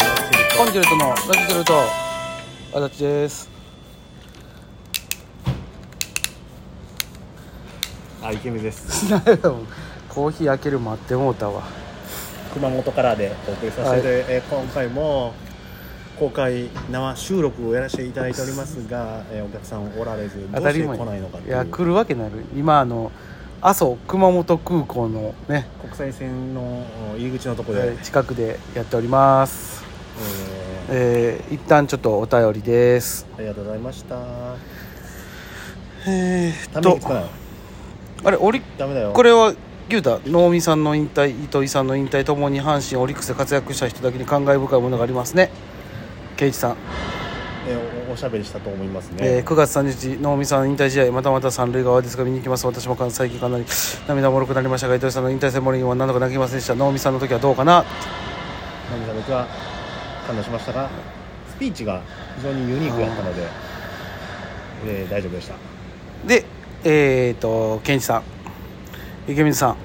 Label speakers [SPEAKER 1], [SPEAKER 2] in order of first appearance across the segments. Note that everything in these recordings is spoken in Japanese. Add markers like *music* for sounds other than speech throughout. [SPEAKER 1] ンジェルトのラジジェルト足立です
[SPEAKER 2] あイケメンです
[SPEAKER 1] *laughs* コーヒー開ける待ってもうたわ
[SPEAKER 2] 熊本からでお送りさせて、えー今回も公開生収録をやらせていただいておりますが、えーお客さんおられずど
[SPEAKER 1] 当
[SPEAKER 2] う
[SPEAKER 1] た
[SPEAKER 2] して
[SPEAKER 1] り
[SPEAKER 2] 来
[SPEAKER 1] 前
[SPEAKER 2] ないのかって
[SPEAKER 1] い
[SPEAKER 2] いう
[SPEAKER 1] や来るわけない今あの阿蘇熊本空港のね、
[SPEAKER 2] 国際線のお入り口のところで、
[SPEAKER 1] えー近くでやっております
[SPEAKER 2] え
[SPEAKER 1] えー、一旦ちょっとお便りです
[SPEAKER 2] ーありがとうございました
[SPEAKER 1] えー
[SPEAKER 2] ため
[SPEAKER 1] っと
[SPEAKER 2] 息つかない
[SPEAKER 1] あれオリ
[SPEAKER 2] ダメだよ
[SPEAKER 1] これは牛太能見さんの引退糸井さんの引退ともに阪神オリックスで活躍した人だけに感慨深いものがありますね圭一さん、
[SPEAKER 2] えーおおしゃべりしたと思いますね、
[SPEAKER 1] えー9月30日能見さん引退試合またまた三塁側ですが見に行きます私もか最近かなり涙もろくなりましたが糸井さんの引退戦もには何度か泣きませんでした能見さんの時はどうかな
[SPEAKER 2] 涙僕は感動しましたがスピーチが非常にユニークやったので、えー大丈夫でした
[SPEAKER 1] でえっと健一さん池水さん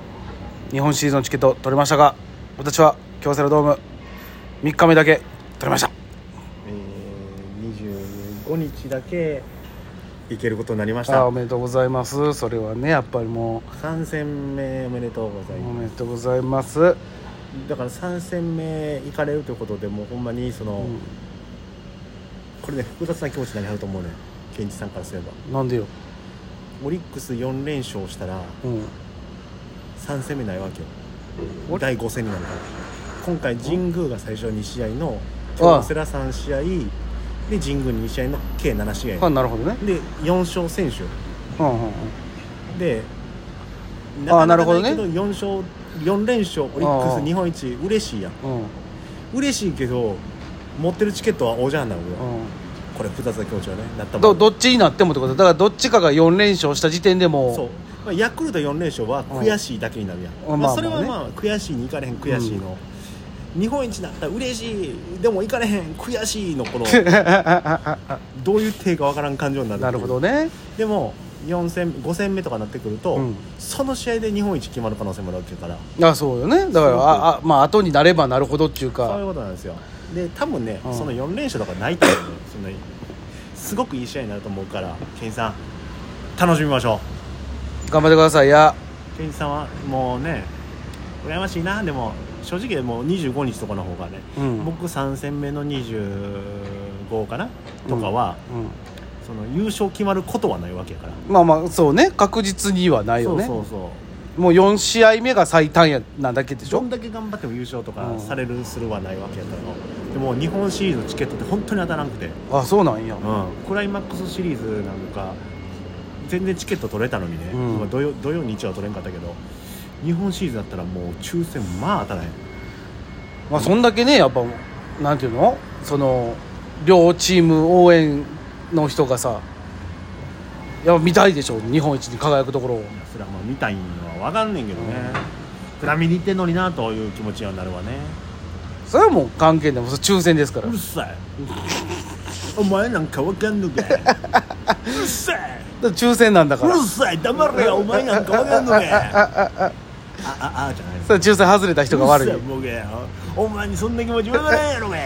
[SPEAKER 1] 日本シリーズのチケット取れましたが私は京セラドーム3日目だけ取れました
[SPEAKER 2] えー25日だけ行けることになりまし
[SPEAKER 1] あー
[SPEAKER 2] た
[SPEAKER 1] おめでとうございますそれはねやっぱりもう
[SPEAKER 2] 3戦目おめでとうござい
[SPEAKER 1] お
[SPEAKER 2] ま
[SPEAKER 1] めでとうございます。
[SPEAKER 2] すだから3戦目行かれるということでもうほんまにその、これね複雑な気持ちになりはると思うね現地さんからすれば
[SPEAKER 1] なんでよ。
[SPEAKER 2] オリックス4連勝したら
[SPEAKER 1] うん。
[SPEAKER 2] 3戦目ないわけ
[SPEAKER 1] お
[SPEAKER 2] よ第5戦になるから今回神宮が最初2試合の京セラ3試合で神宮2試合の計7試
[SPEAKER 1] あ、
[SPEAKER 2] 合
[SPEAKER 1] なるほどね。
[SPEAKER 2] で4勝選手
[SPEAKER 1] うんうんうん。
[SPEAKER 2] で
[SPEAKER 1] あーなる
[SPEAKER 2] か
[SPEAKER 1] ほどね
[SPEAKER 2] いけ4勝4連勝オリック
[SPEAKER 1] あ
[SPEAKER 2] ス
[SPEAKER 1] ー
[SPEAKER 2] 日本一嬉しいやん
[SPEAKER 1] うんうん。
[SPEAKER 2] 嬉しいけど持ってるチケットはおじゃんなのよこれ複雑な気持ちはねなったも
[SPEAKER 1] ど
[SPEAKER 2] ん
[SPEAKER 1] どっちになってもってことだからどっちかが4連勝した時点でもう
[SPEAKER 2] そう、まあ、ヤクルト4連勝は悔しいだけになるやん、
[SPEAKER 1] うん
[SPEAKER 2] まあ、
[SPEAKER 1] まあまあね
[SPEAKER 2] それはまあ悔しいにいかれへん悔しいの、日本一になったら嬉しいでもいかれへん悔しいのこ
[SPEAKER 1] *laughs*
[SPEAKER 2] のどういう手かわからん感情になる
[SPEAKER 1] なるほどね
[SPEAKER 2] でも4戦5戦目とかになってくると、
[SPEAKER 1] うん
[SPEAKER 2] その試合で日本一決まる可能性もあるわけだから
[SPEAKER 1] あそうよねだからああまあ後になればなるほどっていう
[SPEAKER 2] そういう
[SPEAKER 1] か
[SPEAKER 2] ことなんですよで多分ね、
[SPEAKER 1] うん
[SPEAKER 2] その4連勝とかないと思うよそんなにすごくいい試合になると思うからケンジさん楽しみましょ
[SPEAKER 1] 頑張ってくださいいや
[SPEAKER 2] うケンジさんはもうね羨ましいなでも正直もう25日とかの方がね、
[SPEAKER 1] うん
[SPEAKER 2] 僕3戦目の25かなとかは、
[SPEAKER 1] う
[SPEAKER 2] その優勝決まることはないわけやから、
[SPEAKER 1] んまあまあそうね確実にはない
[SPEAKER 2] そ
[SPEAKER 1] よ
[SPEAKER 2] う
[SPEAKER 1] ね
[SPEAKER 2] そうそう
[SPEAKER 1] もう4試合目が最短やなだけでし
[SPEAKER 2] ど
[SPEAKER 1] ょ
[SPEAKER 2] んだけ頑張っても優勝と
[SPEAKER 1] う
[SPEAKER 2] か
[SPEAKER 1] ん
[SPEAKER 2] されるするはないわけやからでも日本シリーズのチケットって本当に当たらなくて
[SPEAKER 1] あそうなんや
[SPEAKER 2] うん、クライマックスシリーズなんか全然チケット取れたのにね、
[SPEAKER 1] うん
[SPEAKER 2] まあ、土曜土曜日曜は取れんかったけど日本シリーズだったらもう抽選まあ当たらへん
[SPEAKER 1] まあ、そんだけねやっぱなんていうのその両チーム応援の人がさやっぱ見たいでしょ日本一に輝くところを
[SPEAKER 2] それはまあ見たいのは分かんねんけどね暗見に行ってんのになという気持ちにはなるわね
[SPEAKER 1] それはもう関係ないもうそれ抽選ですから
[SPEAKER 2] うるさいお前なんか分かんのかいうるさい
[SPEAKER 1] だから抽選なんだ
[SPEAKER 2] う
[SPEAKER 1] から
[SPEAKER 2] るさい黙れよお前なんか分かんのかいあああじゃない
[SPEAKER 1] それ抽選外れた人が悪い
[SPEAKER 2] 嘘やボケやお前にそんな気持ち分からんやろが *laughs*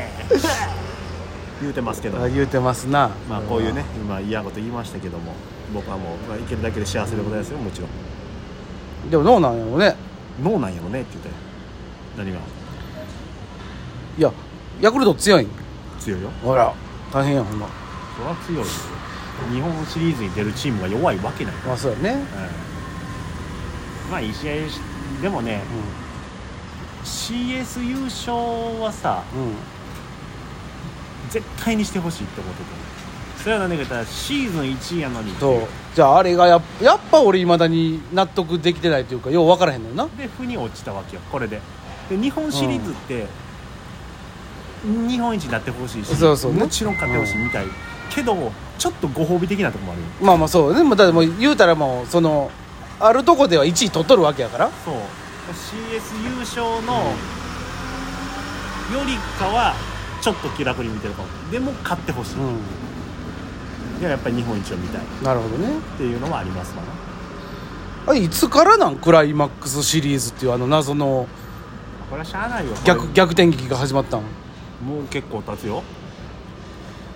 [SPEAKER 2] 言うてますけど、
[SPEAKER 1] あ言うてますな
[SPEAKER 2] まあこういうね今嫌なこと言いましたけども僕はもう、まあ、いけるだけで幸せでございますよもちろん
[SPEAKER 1] でもどうなんやろうね
[SPEAKER 2] 脳なんやろねって言ったよ何が
[SPEAKER 1] いやヤクルト強いん
[SPEAKER 2] 強いよ
[SPEAKER 1] ほら大変やほんま
[SPEAKER 2] それは強いよ日本シリーズに出るチームが弱いわけない、
[SPEAKER 1] まあそうやね、
[SPEAKER 2] うんまあいい試合しでもね
[SPEAKER 1] う
[SPEAKER 2] CS 優勝はさ
[SPEAKER 1] んうん、
[SPEAKER 2] 絶対にしてほしいって思ってたそれは何か言ったらシーズン1位やのに
[SPEAKER 1] そうじゃああれがやっやっぱ俺いまだに納得できてないというかよう分からへんのよな
[SPEAKER 2] で負に落ちたわけよこれでで日本シリーズって、日本一になってほしいし
[SPEAKER 1] そうそうね
[SPEAKER 2] もちろん勝ってほしいみたい、けどちょっとご褒美的なとこもあるよ
[SPEAKER 1] まあまあそうねもうだってもう言うたらもうそのあるとこでは1位取っとるわけやから
[SPEAKER 2] そう CS 優勝のよりかはちょっと気楽に見てるかもでも勝ってほしい、
[SPEAKER 1] うん
[SPEAKER 2] でもやっぱり日本一を見たいっ
[SPEAKER 1] なるほどね
[SPEAKER 2] ていうのはありますわな
[SPEAKER 1] あいつからなんクライマックスシリーズっていうあの謎の
[SPEAKER 2] これはしゃあないよこ
[SPEAKER 1] 逆逆転劇が始まったん
[SPEAKER 2] れもう結構経つよ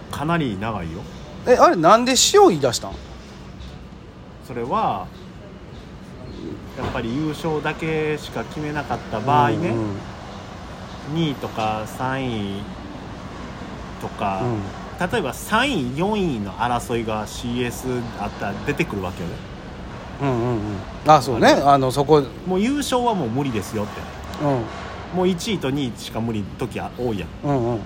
[SPEAKER 2] かなり長いよ
[SPEAKER 1] えあれなんで塩言い出したん
[SPEAKER 2] それはやっぱり優勝だけしか決めなかった場合ね、
[SPEAKER 1] うんうん
[SPEAKER 2] 2位とか3位とか、
[SPEAKER 1] うん
[SPEAKER 2] 例えば3位4位の争いが CS あったら出てくるわけよね
[SPEAKER 1] うんうんうんあそうねあのそこうん
[SPEAKER 2] もう優勝はもう無理ですよってもう1位と2位しか無理時は多いやん
[SPEAKER 1] うんうん
[SPEAKER 2] で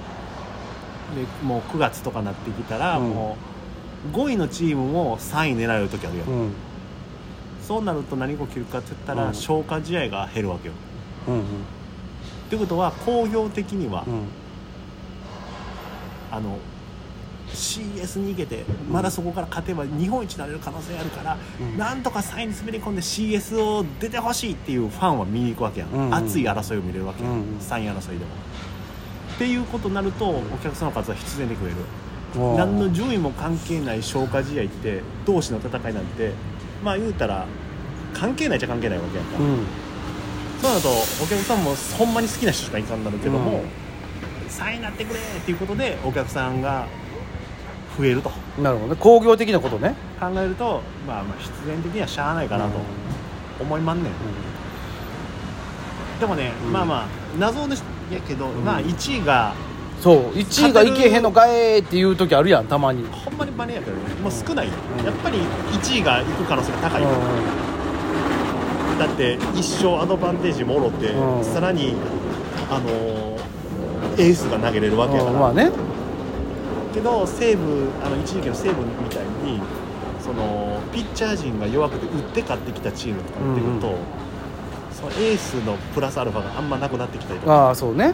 [SPEAKER 2] もう9月とかなってきたら、
[SPEAKER 1] うん
[SPEAKER 2] もう5位のチームも3位狙える時あるやん、
[SPEAKER 1] うん
[SPEAKER 2] そうなると何が起きるかって言ったら、
[SPEAKER 1] うん
[SPEAKER 2] 消化試合が減るわけよ
[SPEAKER 1] うん
[SPEAKER 2] ってことは工業的には、
[SPEAKER 1] うん
[SPEAKER 2] あの CS に逃げてまだそこから勝てば日本一になれる可能性あるから、
[SPEAKER 1] うん
[SPEAKER 2] なんとか3位に滑り込んで CS を出てほしいっていうファンは見に行くわけやん、
[SPEAKER 1] うんうん
[SPEAKER 2] 熱い争いを見れるわけやん、
[SPEAKER 1] うんうん
[SPEAKER 2] 3位争いでも。っていうことになるとお客さんの数は必然で増える、
[SPEAKER 1] うん
[SPEAKER 2] 何の順位も関係ない消化試合って同士の戦いなんてまあ言うたら関係ないじゃ関係ないわけやんか、
[SPEAKER 1] うん
[SPEAKER 2] そうなるとお客さんもほんまに好きな人しかいかんなるけども、3位になってくれっていうことでお客さんが増えると考
[SPEAKER 1] なるほどね工業的なことね
[SPEAKER 2] えると、まあ、まあ必然的にはしゃあないかなと思いまんねん、でもね、
[SPEAKER 1] うん
[SPEAKER 2] まあまあ謎ですやけど、
[SPEAKER 1] ん
[SPEAKER 2] まあ1位が
[SPEAKER 1] うんそう1位がいけへんのかえーっていう時あるやんたまにうん
[SPEAKER 2] ほんまにバネやけどねもう少ない、
[SPEAKER 1] うん
[SPEAKER 2] やっぱり1位が行く可能性が高い、だって一生アドバンテージもろって、
[SPEAKER 1] うん
[SPEAKER 2] さらにあのーエースが投げれるわけやから、
[SPEAKER 1] まあね
[SPEAKER 2] けど西武あの一時期の西武みたいにそのピッチャー陣が弱くて打って勝ってきたチームとかになってくると、
[SPEAKER 1] うんう
[SPEAKER 2] そのエースのプラスアルファがあんまなくなってきたりとか
[SPEAKER 1] ああそうね
[SPEAKER 2] だか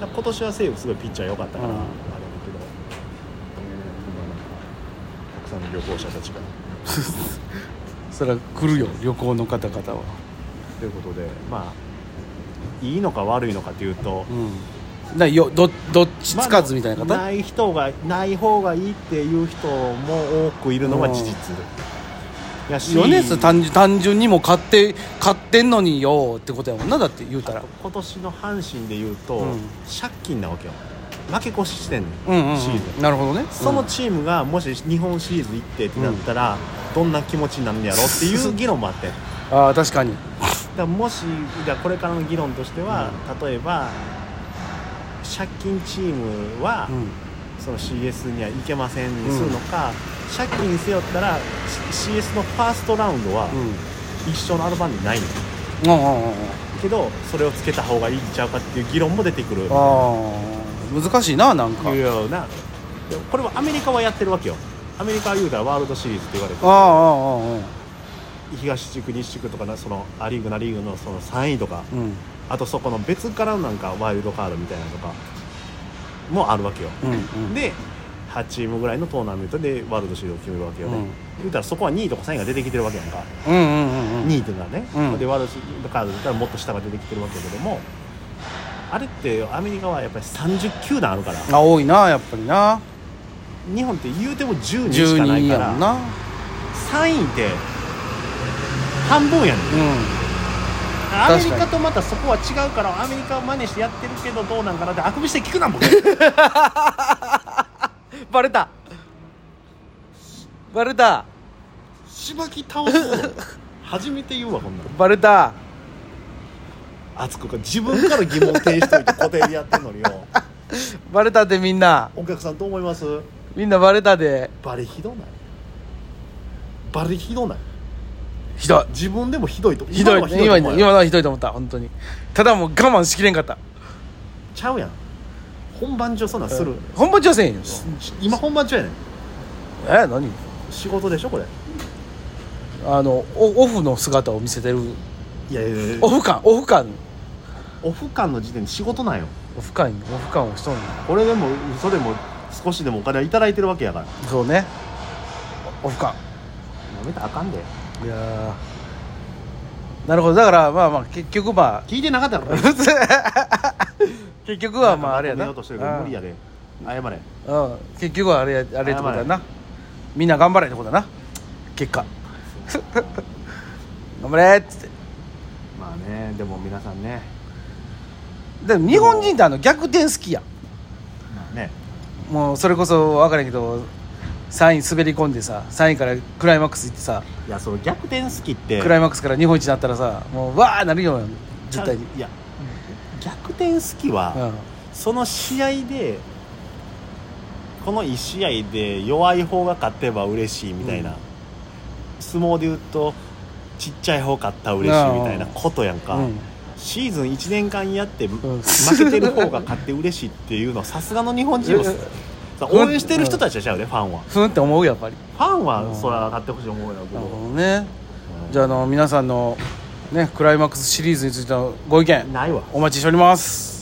[SPEAKER 2] ら今年は西武すごいピッチャー良かったから、
[SPEAKER 1] うん
[SPEAKER 2] あれだけど、たくさんの旅行者たちが。
[SPEAKER 1] それは来るよ旅行の方々は
[SPEAKER 2] ということでまあいいのか悪いのかというと。
[SPEAKER 1] うんなよどどっちつかずみたいな
[SPEAKER 2] まあ
[SPEAKER 1] 方、
[SPEAKER 2] ない人がない方がいいっていう人も多くいるのは事実やし
[SPEAKER 1] よねそれ単純単純にもう買って買ってんのによってことやもんなだって言うたら
[SPEAKER 2] 今年の阪神でいうと、
[SPEAKER 1] うん
[SPEAKER 2] 借金なわけよ負け越ししてんね
[SPEAKER 1] うんうん、うん
[SPEAKER 2] シーズン
[SPEAKER 1] なるほどね
[SPEAKER 2] その
[SPEAKER 1] うん
[SPEAKER 2] チームがもし日本シリーズ行ってってなったら、どんな気持ちになるんやろっていう議論もあっ
[SPEAKER 1] *laughs*
[SPEAKER 2] てんだか
[SPEAKER 1] ああ確かに
[SPEAKER 2] らもしじゃあこれからの議論としては、例えば借金チームは、
[SPEAKER 1] うん
[SPEAKER 2] その CS には行けませんにするのか、借金背負ったら CS のファーストラウンドは
[SPEAKER 1] うん
[SPEAKER 2] 一生のアルバムにないの
[SPEAKER 1] うんうんうんうん
[SPEAKER 2] けどそれをつけた方がいいんちゃうかっていう議論も出てくる
[SPEAKER 1] ああ難しいななんか
[SPEAKER 2] いうようなでもこれはアメリカはやってるわけよアメリカは言うたらワールドシリーズって言われて
[SPEAKER 1] ああああああ
[SPEAKER 2] 東地区西地区とかなそのア・リーグナ・リーグのその3位とか
[SPEAKER 1] うん
[SPEAKER 2] あとそこの別からなんかワイルドカードみたいなのとかもあるわけよ
[SPEAKER 1] うんうん
[SPEAKER 2] で8チームぐらいのトーナメントでワールドシリーズを決めるわけよね、
[SPEAKER 1] うん
[SPEAKER 2] 言うたらそこは2位とか3位が出てきてるわけやんか
[SPEAKER 1] うんうんうんうん
[SPEAKER 2] 2位とかね、
[SPEAKER 1] うん
[SPEAKER 2] でワールドカードだったらもっと下が出てきてるわけだけどもあれってアメリカはやっぱり30球団あるから
[SPEAKER 1] あ多いなやっぱりな
[SPEAKER 2] 日本って言うても10人しかな
[SPEAKER 1] 12
[SPEAKER 2] いか
[SPEAKER 1] やもん
[SPEAKER 2] ら
[SPEAKER 1] な
[SPEAKER 2] 3位って半分やねん
[SPEAKER 1] う
[SPEAKER 2] アメリ
[SPEAKER 1] 確か
[SPEAKER 2] カ
[SPEAKER 1] に
[SPEAKER 2] とまたそこは違うからアメリカを真似してやってるけどどうなんかなってあくびして聞くなもん
[SPEAKER 1] んバレたバレた
[SPEAKER 2] しばき倒すぞ初めて言うわこんなん
[SPEAKER 1] バレた
[SPEAKER 2] 熱くか自分から疑問呈しといて固定でやってんのによ
[SPEAKER 1] バレたでみんな
[SPEAKER 2] お客さんどう思います
[SPEAKER 1] みんなバレたで
[SPEAKER 2] バリひどないバリひどない
[SPEAKER 1] ひどい
[SPEAKER 2] 自分でもひどいと
[SPEAKER 1] ひどい
[SPEAKER 2] 今のは
[SPEAKER 1] 今
[SPEAKER 2] と思
[SPEAKER 1] 今
[SPEAKER 2] うよ
[SPEAKER 1] のはひどいと思った本当にただもう我慢しきれんかった
[SPEAKER 2] ちゃうやん本番中そんなんする、
[SPEAKER 1] 本番中はせえへんよ
[SPEAKER 2] 今本番中やねん
[SPEAKER 1] え何
[SPEAKER 2] 仕事でしょこれ
[SPEAKER 1] あのオオフの姿を見せてる
[SPEAKER 2] いやいやいや
[SPEAKER 1] オフ感オフ感
[SPEAKER 2] オフ感の時点で仕事なんよ
[SPEAKER 1] オフ感オフ感をしとんの
[SPEAKER 2] 俺でも嘘でも少しでもお金はいただいてるわけやから
[SPEAKER 1] そうねオフ感
[SPEAKER 2] やめたらあかんで
[SPEAKER 1] いやーなるほどだからまあまあ結局まあ *laughs*
[SPEAKER 2] 聞いてなかったやろ
[SPEAKER 1] 結局はまああれや
[SPEAKER 2] なんかまとめようと
[SPEAKER 1] な
[SPEAKER 2] してるけど無理やで謝れ
[SPEAKER 1] うんうん結局はあれやあれってことやなみんな頑張れってことだな結果 *laughs* 頑張れっつって
[SPEAKER 2] まあねでも皆さんね
[SPEAKER 1] でも日本人ってあの逆転好きやんもうそれこそ分からんけど3位滑り込んでさ3位からクライマックス行ってさ
[SPEAKER 2] いやその逆転好きって
[SPEAKER 1] クライマックスから日本一になったらさもうわーなるよ絶対に、
[SPEAKER 2] いや逆転好きは、
[SPEAKER 1] うん、
[SPEAKER 2] その試合でこの1試合で弱い方が勝てば嬉しいみたいな、
[SPEAKER 1] うん
[SPEAKER 2] 相撲で言うとちっちゃい方勝ったら嬉しいみたいな
[SPEAKER 1] うん
[SPEAKER 2] ことやんか、
[SPEAKER 1] うん
[SPEAKER 2] シーズン1年間やって、
[SPEAKER 1] ん
[SPEAKER 2] 負けてる方が勝って嬉しいって
[SPEAKER 1] *laughs*
[SPEAKER 2] いうのはさすがの日本人を
[SPEAKER 1] うん
[SPEAKER 2] さ応援してる人たちはちゃうで、ファンは
[SPEAKER 1] ふんって思うよやっぱり
[SPEAKER 2] ファン
[SPEAKER 1] う
[SPEAKER 2] は
[SPEAKER 1] ん
[SPEAKER 2] そら勝ってほしい思うよ、
[SPEAKER 1] なるほ
[SPEAKER 2] 僕
[SPEAKER 1] どねじ
[SPEAKER 2] ゃ
[SPEAKER 1] ゃああの皆さんのねクライマックスシリーズについてのご意見
[SPEAKER 2] ないわ
[SPEAKER 1] お待ちしております